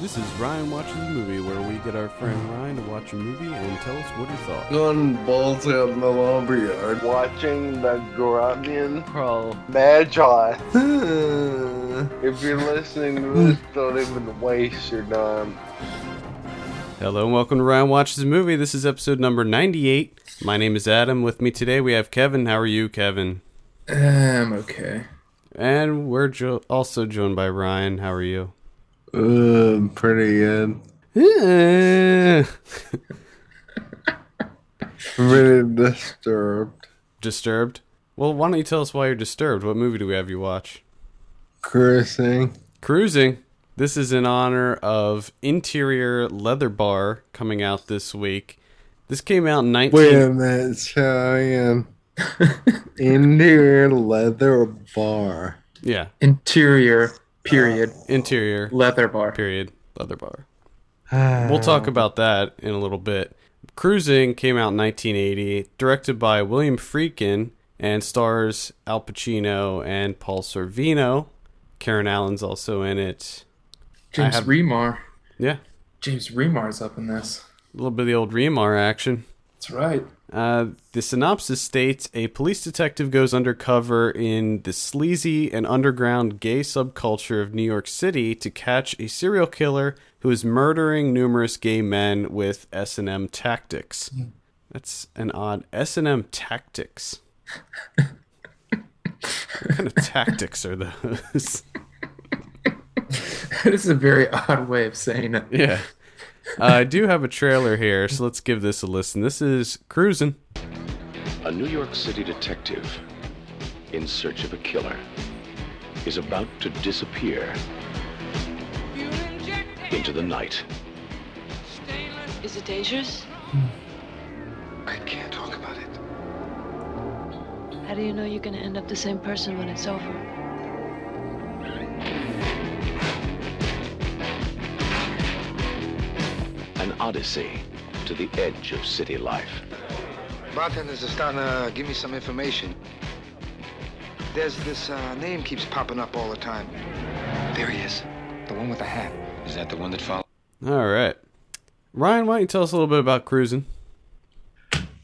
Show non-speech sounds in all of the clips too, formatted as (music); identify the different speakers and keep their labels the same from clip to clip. Speaker 1: This is Ryan Watches a Movie, where we get our friend Ryan to watch a movie and tell us what he thought.
Speaker 2: Gun balls out in the lumber yard.
Speaker 3: (sighs)
Speaker 4: watching the Grunion
Speaker 5: Pro.
Speaker 4: Magi.
Speaker 3: Um,
Speaker 4: If you're listening to this, don't even waste your time.
Speaker 1: Hello and welcome to Ryan Watches a Movie. This is episode number 98. My name is Adam. With me today we have Kevin. How are you, Kevin?
Speaker 2: I'm okay.
Speaker 1: And we're jo- also joined by Ryan. How are you?
Speaker 2: Um, pretty good. Pretty disturbed.
Speaker 1: (laughs) disturbed? Well, why don't you tell us why you're disturbed? What movie do we have you watch?
Speaker 2: Cursing.
Speaker 1: Cruising. This is in honor of Interior Leather Bar coming out this week. This came out in 19-
Speaker 2: Wait a minute, Italian. Interior leather bar.
Speaker 1: yeah,
Speaker 3: interior period
Speaker 1: Uh, interior
Speaker 3: leather bar
Speaker 1: period leather bar. We'll talk about that in a little bit. Cruising came out in 1980, directed by William Friedkin, and stars Al Pacino and Paul Sorvino. Karen Allen's also in it.
Speaker 3: james
Speaker 1: have-
Speaker 3: remar
Speaker 1: Yeah,
Speaker 3: james remar's up in this
Speaker 1: a little bit of the old Remar action.
Speaker 3: that's right (laughs)
Speaker 1: Uh, the synopsis states a police detective goes undercover in the sleazy and underground gay subculture of New York City to catch a serial killer who is murdering numerous gay men with S&M tactics. That's an odd S&M tactics. what kind of tactics are those?
Speaker 3: that is a very odd way of saying it
Speaker 1: yeah. Uh, I do have a trailer here, so let's give this a listen. This is Cruisin'.
Speaker 6: A New York City detective in search of a killer is about to disappear into the night.
Speaker 7: Is it dangerous?
Speaker 6: Hmm. I can't talk about it.
Speaker 7: How do you know you're gonna end up the same person when it's over?
Speaker 6: An odyssey to the edge of city life.
Speaker 8: Bartenders are starting to give me some information. There's this uh, name keeps popping up all the time. There he is, the one with the hat. Is that the one that followed?
Speaker 1: All right. Ryan, why don't you tell us a little bit about Cruisin'?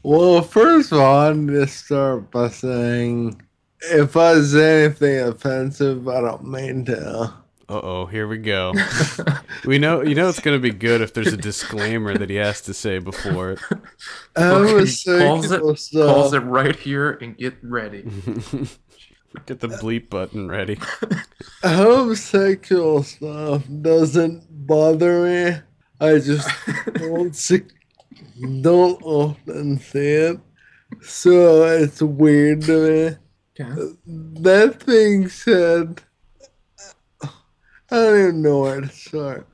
Speaker 2: Well, first of all, I'm gonna start by saying if I say anything offensive, I don't mean to.
Speaker 1: Uh oh, here we
Speaker 3: (laughs)
Speaker 1: go. we know you know it's gonna be good if there's a disclaimer that he has to say before it. (laughs)
Speaker 2: I
Speaker 3: Fucking
Speaker 2: was saying
Speaker 3: calls it,
Speaker 2: cool
Speaker 3: calls
Speaker 2: stuff.
Speaker 3: it right here and get ready
Speaker 1: Get the bleep button ready.
Speaker 2: homosexual stuff doesn't bother me. I just don't see, don't often see it, so it's weird to me.
Speaker 3: yeah.
Speaker 2: That being said, I don't even know where to start.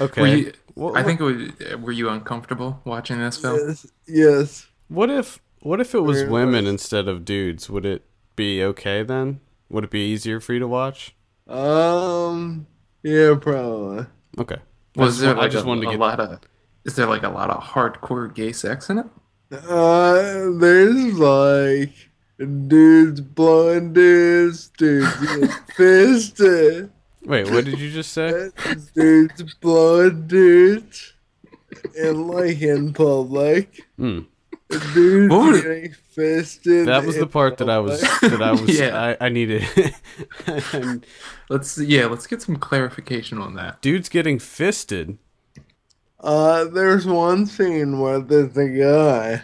Speaker 1: Okay.
Speaker 3: were you
Speaker 1: What-
Speaker 3: i think it was uh, were you uncomfortable watching this film
Speaker 2: Yes, yes.
Speaker 1: what if what if it was
Speaker 2: Weird.
Speaker 1: women instead of dudes? Would it be okay then? Would it be easier for you to watch?
Speaker 2: Um, yeah, probably.
Speaker 1: Okay.
Speaker 3: was there
Speaker 1: I
Speaker 3: like
Speaker 1: just
Speaker 3: a,
Speaker 1: wanted to
Speaker 3: a
Speaker 1: get-
Speaker 3: lot of is there like a lot of hardcore gay sex in it
Speaker 2: Uh, there's like dudes blowing dudes, dudes get fisted.
Speaker 1: Wait, what did you just
Speaker 3: (laughs)
Speaker 1: say?
Speaker 2: dudes blowing dudes and like in public.
Speaker 1: Hmm.
Speaker 2: Dudes
Speaker 3: What was-
Speaker 2: getting fisted.
Speaker 1: That was the
Speaker 2: in
Speaker 1: part that I
Speaker 3: (laughs)
Speaker 1: was that I was
Speaker 3: Yeah.
Speaker 1: I, I needed. (laughs)
Speaker 3: let's yeah let's get some clarification on that
Speaker 1: Dudes getting fisted.
Speaker 2: Uh, there's one scene where there's a guy.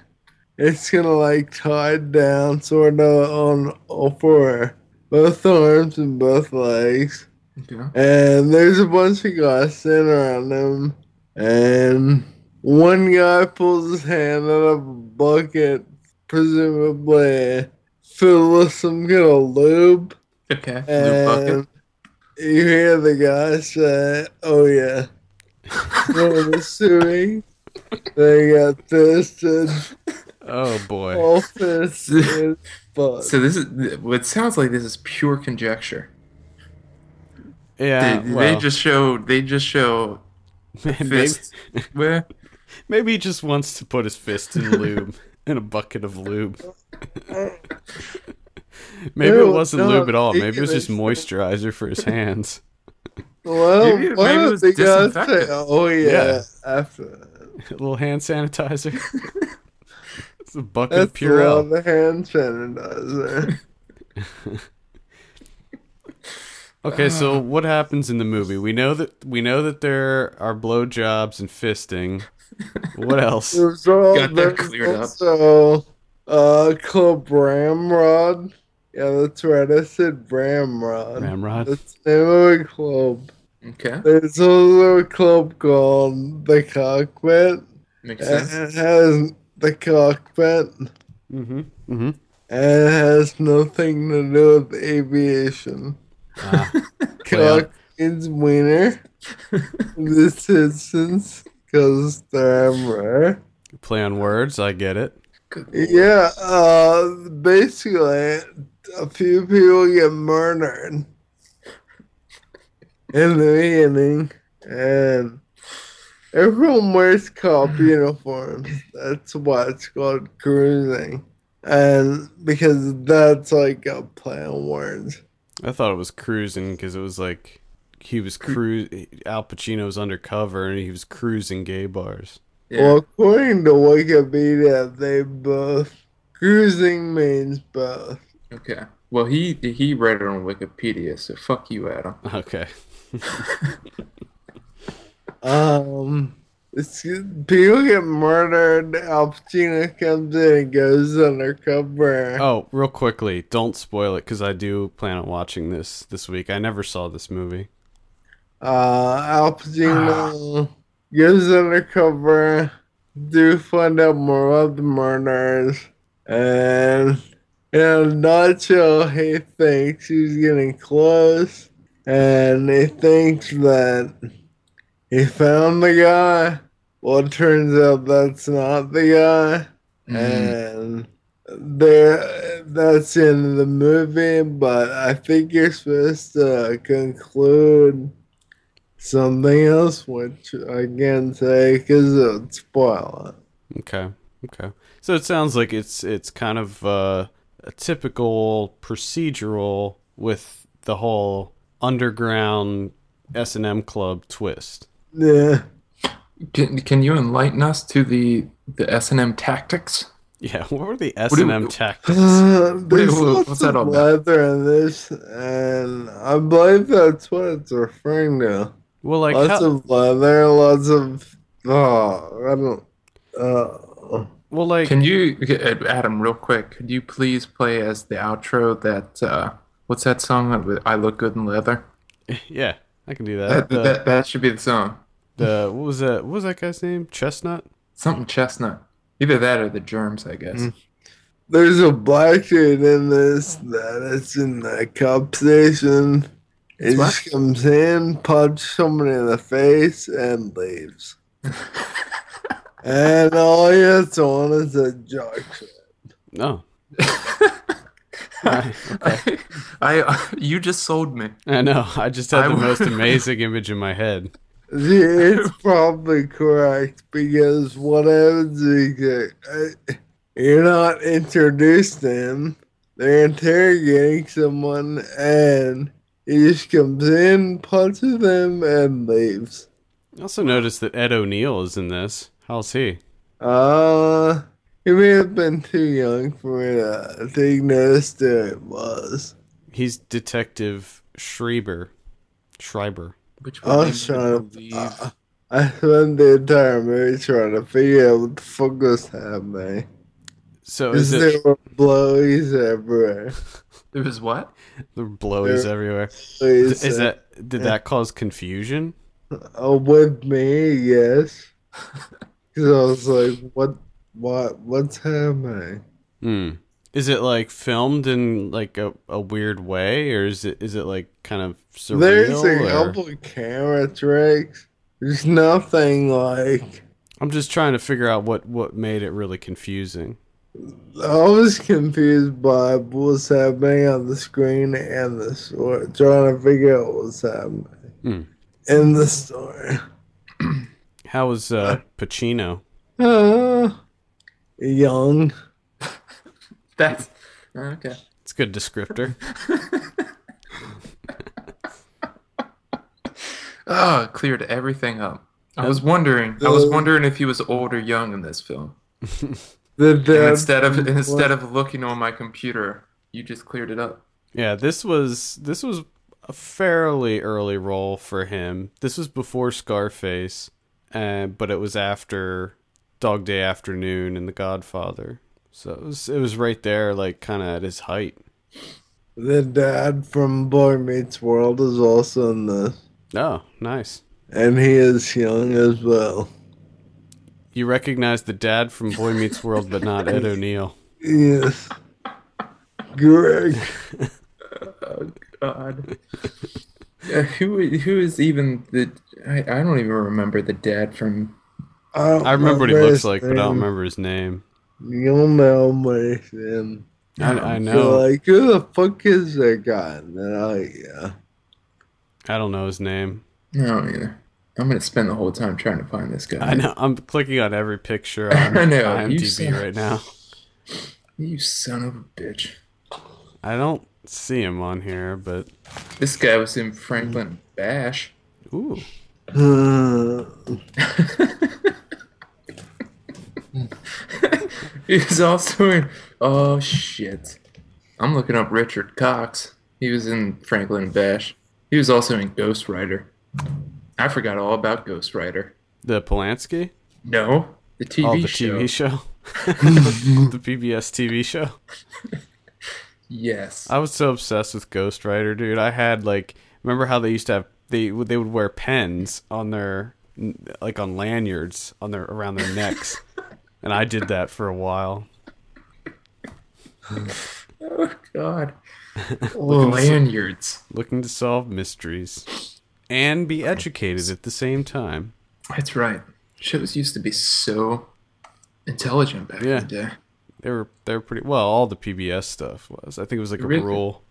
Speaker 2: It's gonna like tied down, sort of on all four, both arms and both legs,
Speaker 3: yeah.
Speaker 2: and there's a bunch of guys sitting around him, and one guy pulls his hand out of a bucket, presumably filled with some kind of lube,
Speaker 3: okay Lube
Speaker 2: and
Speaker 3: bucket.
Speaker 2: you hear the guy say, "Oh yeah," so I'm assuming they got fisted,
Speaker 1: Oh boy.
Speaker 2: all fisted, but
Speaker 3: (laughs) so this is what sounds like this is pure conjecture
Speaker 1: yeah.
Speaker 3: they,
Speaker 1: Uh, well,
Speaker 3: they just show they just show
Speaker 1: (laughs) maybe- (laughs)
Speaker 3: fists. Where
Speaker 1: Maybe he just wants to put his fist (laughs) in lube in a bucket of lube. (laughs) Maybe it
Speaker 2: No,
Speaker 1: wasn't
Speaker 2: no,
Speaker 1: lube at all.
Speaker 2: it-
Speaker 1: Maybe it was just
Speaker 2: it's-
Speaker 1: moisturizer for his hands. (laughs)
Speaker 2: Well,
Speaker 3: Maybe-
Speaker 2: why
Speaker 3: maybe it
Speaker 2: don't
Speaker 3: was
Speaker 2: they gotta say,
Speaker 3: disinfectant.
Speaker 2: oh yeah,
Speaker 1: Yeah.
Speaker 2: after that.
Speaker 1: A little hand (laughs) sanitizer. it's a bucket
Speaker 2: That's
Speaker 1: of Purell.
Speaker 2: the hand sanitizer.
Speaker 1: Okay, (sighs) so what happens in the movie? We know that we know that there are blowjobs and fisting. (laughs) What else?
Speaker 2: There's all,
Speaker 3: Got that
Speaker 2: there's
Speaker 3: cleared up.
Speaker 2: also, uh, called Bramrod. Yeah, that's right. I said Bramrod.
Speaker 1: Ramrod.
Speaker 2: That's the name of a club.
Speaker 3: Okay.
Speaker 2: There's also a club called the Cockpit.
Speaker 3: Makes
Speaker 2: And
Speaker 3: sense.
Speaker 2: it has the cockpit, and
Speaker 1: Mm-hmm. Mm-hmm.
Speaker 2: it has nothing to do with aviation.
Speaker 1: Ah,
Speaker 2: Cock is wiener. the citizens, because they're rare.
Speaker 1: play on words. I get it.
Speaker 2: Yeah, uh, basically, a few people get murdered in the beginning, and everyone wears cop uniforms. That's why it's called cruising, and because that's like a play on words.
Speaker 1: I thought it was cruising because it was like he was cru Al Pacino was undercover and he was cruising gay bars. (laughs)
Speaker 3: Yeah.
Speaker 2: Well, according to Wikipedia, they both cruising means both.
Speaker 3: okay. Well, he he read it on Wikipedia, so fuck you, Adam.
Speaker 1: Okay.
Speaker 2: Um, it's, people get murdered. Al Pacino comes in and goes undercover.
Speaker 1: Oh, real quickly, don't spoil it because I do plan on watching this this week. I never saw this movie.
Speaker 2: Uh, Al Pacino goes undercover. Do find out more about the murders, and in a nutshell, he thinks he's getting close, and he thinks that he found the guy. Well, it turns out that's not the guy. Uh,
Speaker 3: Mm.
Speaker 2: and there that's the end of the movie but i think you're supposed to conclude something else which i can't say because it would spoil
Speaker 1: Okay. Okay. So it sounds like it's it's kind of uh, a typical procedural with the whole underground S and M club twist. (laughs)
Speaker 2: it yeah
Speaker 3: (laughs) Can, can you enlighten us to the the S and M tactics?
Speaker 1: Yeah. What were the S
Speaker 3: do
Speaker 1: and
Speaker 3: you-
Speaker 1: M tactics?
Speaker 2: there's
Speaker 3: wait,
Speaker 2: lots
Speaker 3: what's that
Speaker 2: of
Speaker 3: all about?
Speaker 2: leather in this and i believe that's what it's referring to
Speaker 1: Well, like
Speaker 2: lots
Speaker 1: how,
Speaker 2: of leather lots of oh i don't uh
Speaker 1: well, like
Speaker 3: Can you, Adam, real quick? Could you please play as the outro that uh, what's that song that with I look good in leather?
Speaker 1: (laughs) yeah, I can do that.
Speaker 3: That,
Speaker 1: The,
Speaker 2: uh,
Speaker 3: that that should be the song.
Speaker 1: the- what was that? What was that guy's name? Chestnut.
Speaker 3: Something chestnut. Either that or the germs, I guess.
Speaker 2: There's a black dude in this that it's in the cop station. It
Speaker 3: It's what?
Speaker 2: just comes in, punches someone in the face, and
Speaker 3: (laughs)
Speaker 2: leaves. and all he has on is a jockstrap.
Speaker 1: No.
Speaker 3: I,
Speaker 2: Mm.
Speaker 3: (laughs) I uh, you just sold me.
Speaker 1: I know. I just had
Speaker 3: I
Speaker 1: the
Speaker 3: w-
Speaker 1: most amazing image in my head.
Speaker 3: (laughs)
Speaker 2: It's probably correct because what happens is that, uh, you're not introduced to him. They're interrogating someone, and he just comes in, punches them, and leaves.
Speaker 1: I also noticed that Ed O'Neill is in this. How's he?
Speaker 2: Uh, he may have been too young for me to take notice that it was.
Speaker 1: He's Detective Schreiber. Schreiber.
Speaker 3: Which
Speaker 2: I
Speaker 3: would
Speaker 2: was
Speaker 3: lead me
Speaker 2: trying
Speaker 3: to believe-
Speaker 2: to. Oh, Uh, I spent the entire movie trying to figure out what the fuck was happening.
Speaker 1: So
Speaker 2: Because
Speaker 1: is
Speaker 2: there
Speaker 1: it
Speaker 2: were blowies everywhere.
Speaker 3: there was what?
Speaker 1: the blowies
Speaker 2: there-
Speaker 1: everywhere?
Speaker 2: Blowies
Speaker 1: Is that did that cause confusion?
Speaker 2: uh, with me? Yes. (laughs) Because I was like, what, what, what's happening?
Speaker 1: Hmm. Is it like filmed in like a, a weird way, or is it is it like kind of surreal?
Speaker 2: There's a
Speaker 1: or-
Speaker 2: couple camera tricks. There's nothing like
Speaker 1: I'm just trying to figure out what what made it really confusing.
Speaker 2: I was confused by what's happening on the screen and the story, trying to figure out what's happening
Speaker 1: Hmm.
Speaker 2: in the story.
Speaker 1: How was uh, Pacino?
Speaker 2: Uh,
Speaker 1: Uh-huh.
Speaker 2: young.
Speaker 3: That's oh, okay.
Speaker 1: It's a good descriptor.
Speaker 3: Ah, cleared everything up. I was wondering. I was wondering if he was old or young in this film.
Speaker 2: The
Speaker 3: And
Speaker 2: dad
Speaker 3: instead of instead of looking on my computer, you just cleared it up.
Speaker 1: Yeah, this was this was a fairly early role for him. This was before Scarface, uh, but it was after Dog Day Afternoon and The Godfather. So it was it was right there, like kind of at his height.
Speaker 2: the dad from Boy Meets World is also in this,
Speaker 1: Oh, nice.
Speaker 2: and he is young as well.
Speaker 1: You recognize the dad from Boy Meets World, but not Ed O'Neill.
Speaker 2: Yes, Greg.
Speaker 3: Oh God. Yeah, who i- who is even the? I, I don't even remember the dad from.
Speaker 2: I, don't
Speaker 1: I remember what he looks
Speaker 2: his
Speaker 1: like, but I don't
Speaker 2: name.
Speaker 1: remember his name.
Speaker 2: You'll know my name.
Speaker 1: I,
Speaker 3: um,
Speaker 1: I
Speaker 2: So
Speaker 1: know.
Speaker 2: like, who the fuck is that guy? And they're like, yeah.
Speaker 1: I don't know his name.
Speaker 3: I don't either. I'm gonna spend the whole time trying to find this guy.
Speaker 1: (laughs) I know. I'm clicking on every
Speaker 3: (laughs)
Speaker 1: picture on
Speaker 3: I know, you
Speaker 1: IMDb
Speaker 3: said-
Speaker 1: right now.
Speaker 3: You son of a bitch.
Speaker 1: I don't see him on here, but
Speaker 3: This guy was in Franklin Bash. (laughs)
Speaker 1: ooh.
Speaker 2: Uh,
Speaker 3: He was also in. Oh shit! I'm looking up Richard Cox. He was in Franklin Bash. He was also in Ghost Rider. I forgot all about Ghost Rider.
Speaker 1: The Polanski?
Speaker 3: No, the TV
Speaker 1: oh, the
Speaker 3: show.
Speaker 1: TV
Speaker 3: (laughs)
Speaker 1: show. the PBS TV show.
Speaker 3: Yes.
Speaker 1: I was so obsessed with Ghost Rider, dude. I had like remember how they used to have they would- they would wear pens on their like on lanyards on their around their
Speaker 3: (laughs)
Speaker 1: necks. and I did that for a while.
Speaker 3: oh God.
Speaker 1: (laughs)
Speaker 3: Oh, Lanyards.
Speaker 1: Looking to solve mysteries and be educated at the same time.
Speaker 3: That's right. Shows used to be so intelligent back
Speaker 1: Yeah.
Speaker 3: in the day.
Speaker 1: They were they were pretty well, all the PBS stuff was. I think it was like a
Speaker 3: Really?
Speaker 1: rule.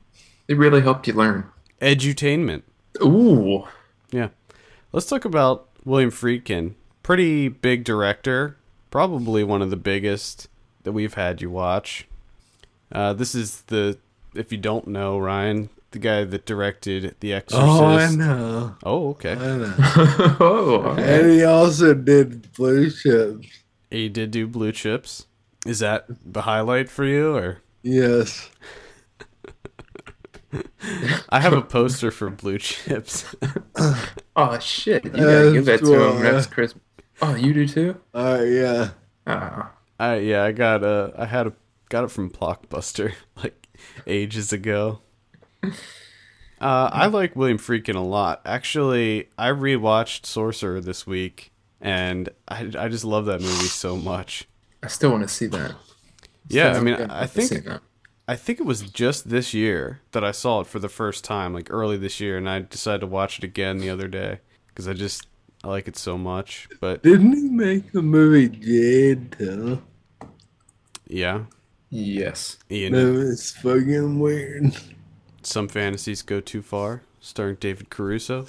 Speaker 3: It really helped you learn.
Speaker 1: Edutainment.
Speaker 3: Ooh. (laughs)
Speaker 1: Yeah. Let's talk about William Friedkin. Pretty big director, probably one of the biggest that we've had you watch. Uh, this is the, if you don't know, Ryan, the guy that directed The Exorcist.
Speaker 2: oh, I know.
Speaker 1: Oh, okay.
Speaker 2: I know.
Speaker 3: oh. all
Speaker 1: (laughs)
Speaker 3: right.
Speaker 2: And he also did blue chips.
Speaker 1: He did do Blue Chips. Is that the highlight for you, or
Speaker 2: Yes.
Speaker 1: I
Speaker 2: (laughs)
Speaker 1: have a poster for Blue Chips. (laughs)
Speaker 3: Oh shit! You gotta give that to
Speaker 2: That's
Speaker 3: him. That's
Speaker 2: why.
Speaker 3: Chris. Oh, you do too.
Speaker 2: All right. Uh, Yeah.
Speaker 3: Oh.
Speaker 1: I yeah, I got a, I had a, got it from Blockbuster (laughs) like ages ago. Uh, I like William Freakin a lot. Actually, I rewatched Sorcerer this week, and I, I just love that movie so much.
Speaker 3: I still want to see that.
Speaker 1: Yeah, I mean,
Speaker 3: I've
Speaker 1: I
Speaker 3: seen
Speaker 1: think
Speaker 3: that.
Speaker 1: I think it was just this year that I saw it for the first time, like early this year, and I decided to watch it again the other day because I just I like it so much. But
Speaker 2: Didn't he make the movie Jade too?
Speaker 1: yeah,
Speaker 3: Yes.
Speaker 1: Ian,
Speaker 2: That was fucking weird.
Speaker 1: some fantasies go too far, starring David Caruso.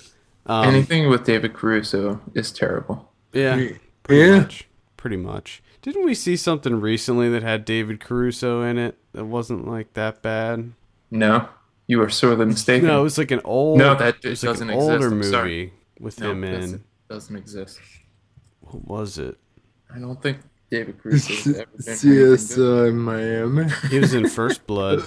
Speaker 1: Um,
Speaker 3: Anything with David Caruso is terrible.
Speaker 1: Yeah. Pretty
Speaker 2: Yeah.
Speaker 1: much. Pretty much. Didn't we see something recently that had David Caruso in it that wasn't like that bad?
Speaker 3: No, you are sorely
Speaker 1: (laughs)
Speaker 3: mistaken.
Speaker 1: No, it was like an old
Speaker 3: No, that
Speaker 1: it was
Speaker 3: just
Speaker 1: like
Speaker 3: doesn't
Speaker 1: an
Speaker 3: exist.
Speaker 1: older
Speaker 3: I'm
Speaker 1: movie
Speaker 3: sorry.
Speaker 1: with
Speaker 3: No,
Speaker 1: him
Speaker 3: that's-
Speaker 1: in
Speaker 3: doesn't exist.
Speaker 1: what was it?
Speaker 3: I don't think David
Speaker 2: (laughs)
Speaker 3: Caruso has ever been. anything good.
Speaker 2: CSI Miami.
Speaker 1: He was in
Speaker 3: (laughs)
Speaker 1: First Blood.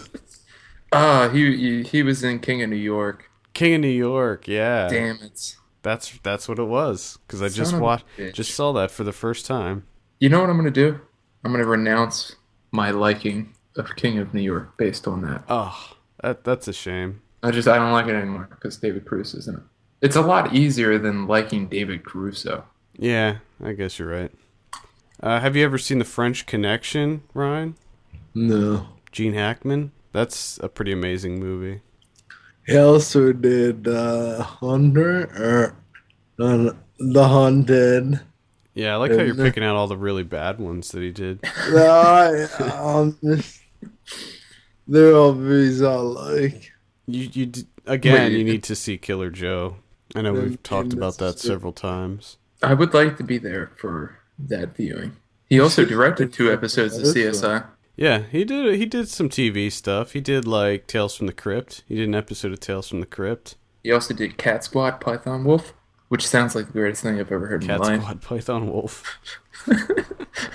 Speaker 3: Ah, he, he he was in King of New York.
Speaker 1: King of New York, yeah.
Speaker 3: Damn it.
Speaker 1: That's that's what it was cuz I just
Speaker 3: Son of a
Speaker 1: watched
Speaker 3: bitch.
Speaker 1: just saw that for the first time.
Speaker 3: You know what I'm gonna do? I'm gonna renounce my liking of King of New York based on that.
Speaker 1: Oh, that that's a shame.
Speaker 3: I just I don't like it anymore because David Caruso is in it. It's a lot easier than liking David Caruso.
Speaker 1: Yeah, I guess you're right. Uh, have you ever seen The French Connection, Ryan?
Speaker 2: No.
Speaker 1: Gene Hackman? That's a pretty amazing movie.
Speaker 2: He also did uh Hunter or uh, The Haunted.
Speaker 1: Yeah, I like how you're
Speaker 2: And, uh,
Speaker 1: picking out all the really bad ones that he did.
Speaker 2: No, I, I'm just, they're all movies I like.
Speaker 1: You, you d- again,
Speaker 3: Wait.
Speaker 1: you need to see Killer Joe. I know
Speaker 2: Um,
Speaker 1: we've talked
Speaker 2: and
Speaker 1: about
Speaker 2: this
Speaker 1: that
Speaker 2: is it.
Speaker 1: several times.
Speaker 3: I would like to be there for that viewing. He also directed two episodes of CSI.
Speaker 1: Yeah, he did. He did some TV stuff. He did like Tales from the Crypt. He did an episode of Tales from the Crypt.
Speaker 3: He also did Cat Squad, Python Wolf. which sounds like the greatest thing I've ever heard in
Speaker 1: Cat
Speaker 3: my life.
Speaker 1: Squad, (laughs) Python Wolf.
Speaker 3: (laughs) Are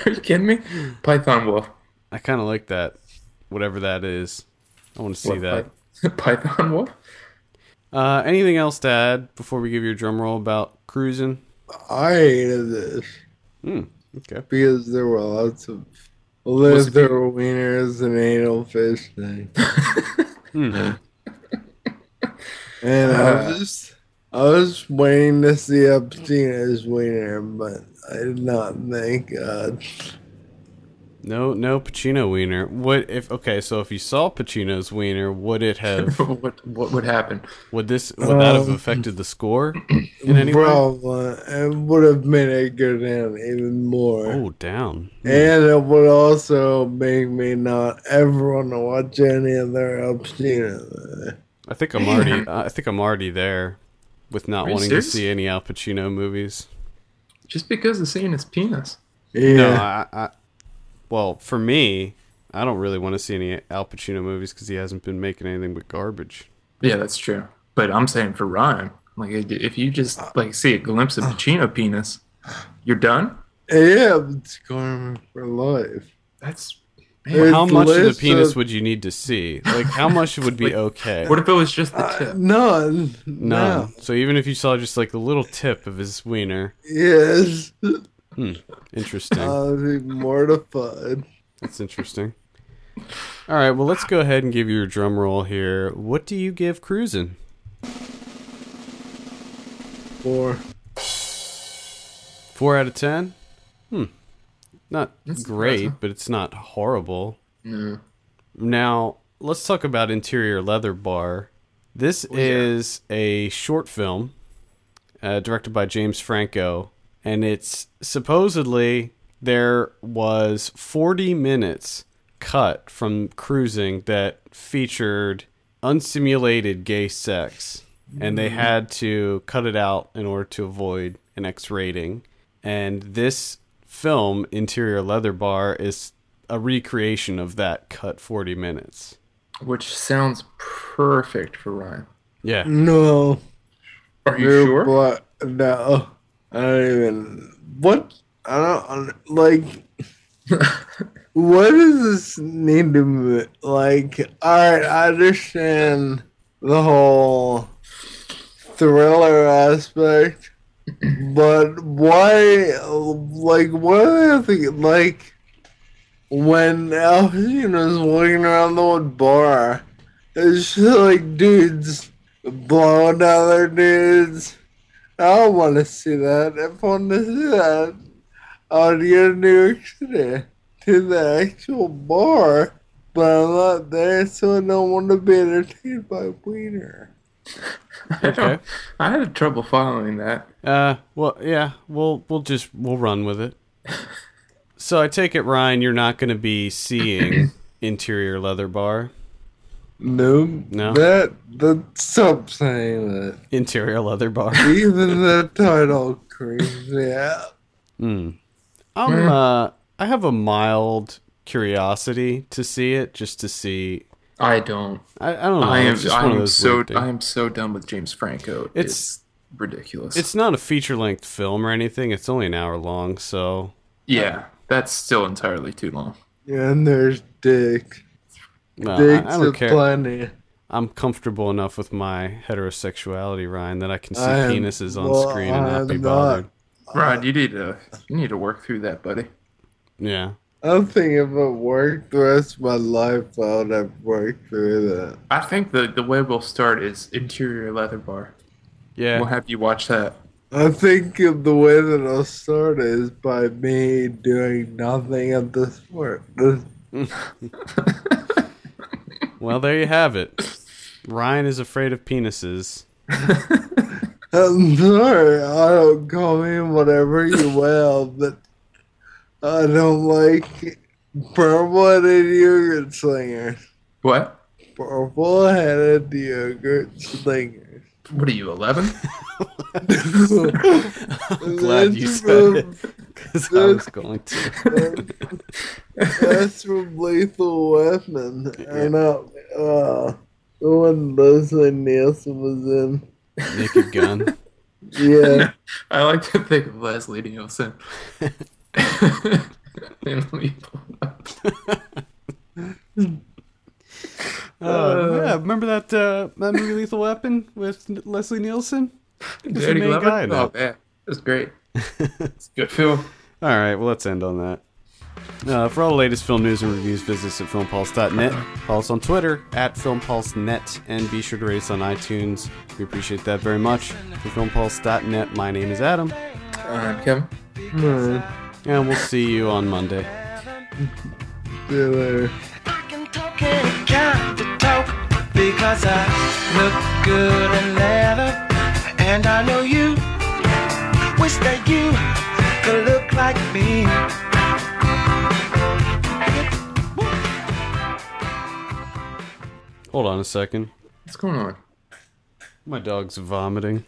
Speaker 3: you kidding me? Python Wolf.
Speaker 1: I kind of like that. Whatever that is. I want to see
Speaker 3: What,
Speaker 1: that.
Speaker 3: Py- (laughs)
Speaker 1: (laughs)
Speaker 3: Python Wolf?
Speaker 1: Uh, anything else to add before we give your drum roll about cruising?
Speaker 2: I hated this
Speaker 1: Okay.
Speaker 2: because there were lots of
Speaker 3: Was it
Speaker 2: there were wieners and anal fish
Speaker 1: (laughs)
Speaker 2: thing. and I
Speaker 1: Uh.
Speaker 2: was just I was waiting to see Epstein's wiener, but I did not think uh
Speaker 1: No, no Pacino wiener. What if? Okay, so if you saw Pacino's wiener, would it have?
Speaker 3: what what would happen?
Speaker 1: Would this? Would that have
Speaker 2: Um,
Speaker 1: affected the
Speaker 2: (clears throat)
Speaker 1: score in any way?
Speaker 2: bro, uh, it would have made it go down even more.
Speaker 1: Oh, down.
Speaker 2: And it would also make me not ever want to watch any of their Epstein.
Speaker 1: I think I'm already. I think I'm already there, with not
Speaker 3: Are you
Speaker 1: wanting to
Speaker 3: serious?
Speaker 1: see any Al Pacino movies.
Speaker 3: Just because of seeing his penis.
Speaker 2: Yeah.
Speaker 1: No, I, I. Well, for me, I don't really want to see any Al Pacino movies because he hasn't been making anything but garbage.
Speaker 3: Yeah, that's true. But I'm saying for Ryan, like if you just like see a glimpse of Pacino penis, you're done.
Speaker 2: Yeah, but it's Carmen for life.
Speaker 3: That's
Speaker 2: It's
Speaker 1: How much of the
Speaker 2: less
Speaker 1: penis
Speaker 2: of-
Speaker 1: would you need to see? Like, how much would be okay?
Speaker 3: what if it was just the
Speaker 2: Uh,
Speaker 3: tip?
Speaker 2: none.
Speaker 1: None.
Speaker 2: No.
Speaker 1: So even if you saw just like the little tip of his wiener,
Speaker 2: Yes.
Speaker 1: interesting.
Speaker 2: I'll be mortified.
Speaker 1: That's interesting. All right, well, let's go ahead and give you your drum roll here. What do you give Cruisin?
Speaker 2: Or
Speaker 1: Four out of ten. Hmm, not
Speaker 3: That's
Speaker 1: great,
Speaker 3: impressive.
Speaker 1: but it's not horrible. No. Now let's talk about Interior Leather Bar. This is a short film uh, directed by James Franco, and it's supposedly there was 40 minutes cut from cruising that featured unsimulated gay sex, and they had to cut it out in order to avoid an X rating. And this film, Interior Leather Bar, is a recreation of that cut 40 minutes.
Speaker 3: Uh, Which sounds perfect for Oh, Ryan.
Speaker 1: Yeah.
Speaker 3: Mm.
Speaker 2: no.
Speaker 3: Are you
Speaker 2: You're
Speaker 3: sure?
Speaker 2: bla- no. I don't even. What? I don't un-
Speaker 3: (laughs)
Speaker 2: like. what does this need to be? Like, alright, I understand the whole thriller aspect,
Speaker 3: (clears throat)
Speaker 2: but why? Like, what do I think? Like, when Al Pacino's walking around the old bar, it's just like dudes blowing down their dudes. I don't want to see that. If I want to see that, I would go to New York City to the actual bar, but I'm not there, so I don't want to be entertained by Wiener.
Speaker 3: I, don't- (laughs) I had trouble following that.
Speaker 1: Uh, well, yeah, we'll we'll just we'll run with it. So I take it, Ryan, you're not going to be seeing interior leather bar,
Speaker 2: No,
Speaker 1: No.
Speaker 2: That that stop saying that.
Speaker 1: interior leather bar.
Speaker 2: Even the title creeps me out.
Speaker 1: I'm, uh, I have a mild curiosity to see it, just to see.
Speaker 3: I don't.
Speaker 1: I, I don't know.
Speaker 3: I am.
Speaker 1: It's Oh, just
Speaker 3: I
Speaker 1: one of
Speaker 3: am
Speaker 1: those
Speaker 3: so.
Speaker 1: weird things.
Speaker 3: I am so done with James Franco. It's, ridiculous.
Speaker 1: It's not a feature length film or anything. It's only an hour long, so
Speaker 3: yeah. That's still entirely too long.
Speaker 2: And there's dick.
Speaker 1: no,
Speaker 2: Dicks
Speaker 1: I, I don't
Speaker 2: are
Speaker 1: care.
Speaker 2: plenty.
Speaker 1: I'm comfortable enough with my heterosexuality, Ryan, that I can see
Speaker 2: I am-
Speaker 1: penises on
Speaker 2: well,
Speaker 1: screen and
Speaker 2: I
Speaker 1: not
Speaker 2: am
Speaker 1: be
Speaker 2: not.
Speaker 1: bothered. Uh,
Speaker 3: Rod, you need to. You need to work through that, buddy.
Speaker 1: Yeah.
Speaker 2: I don't think if it worked the rest of my life, I would have worked through that.
Speaker 3: I think the the way we'll start is interior leather bar.
Speaker 1: Yeah.
Speaker 3: We'll have you watch that.
Speaker 2: I think of the way that I'll start is by me doing nothing at this point. (laughs) This-
Speaker 1: Well, there you have it. Ryan is afraid of
Speaker 2: (laughs)
Speaker 1: penises.
Speaker 2: I'm sorry, I don't call me whatever you will, but I don't like purple-headed yogurt slingers.
Speaker 3: What?
Speaker 2: Purple-headed yogurt slingers. (laughs)
Speaker 3: What are you,
Speaker 1: (laughs)
Speaker 3: 11?
Speaker 1: I'm glad you
Speaker 2: That's
Speaker 1: said
Speaker 2: from-
Speaker 1: it (laughs) because I was going to.
Speaker 2: That's from Lethal Weapon. And uh, uh, the one Leslie Nielsen was in. (laughs)
Speaker 1: Naked Gun. (laughs)
Speaker 2: Yeah.
Speaker 3: I like to think of Leslie Nielsen. And Lethal.
Speaker 1: Uh, yeah, remember that uh, that movie Lethal Weapon with Leslie Nielsen? He's the
Speaker 3: Danny
Speaker 1: main
Speaker 3: Glover?
Speaker 1: guy in
Speaker 3: Oh
Speaker 1: that.
Speaker 3: man, it
Speaker 1: (laughs)
Speaker 3: was great. it's a good film.
Speaker 1: All right, well, let's end on that. Uh, for all the latest film news and reviews, visit us at filmpulse.net. Follow us on Twitter at filmpulsenet, and be sure to rate us on iTunes. We appreciate that very much. For filmpulse.net, my name is Adam,
Speaker 3: Uh, Kevin.
Speaker 1: and we'll see you on Monday.
Speaker 2: See you later.
Speaker 5: I can talk any kind of talk because I look good in leather, and I know you wish that you could look like me.
Speaker 1: Hold on a second.
Speaker 3: What's going on?
Speaker 1: My dog's vomiting.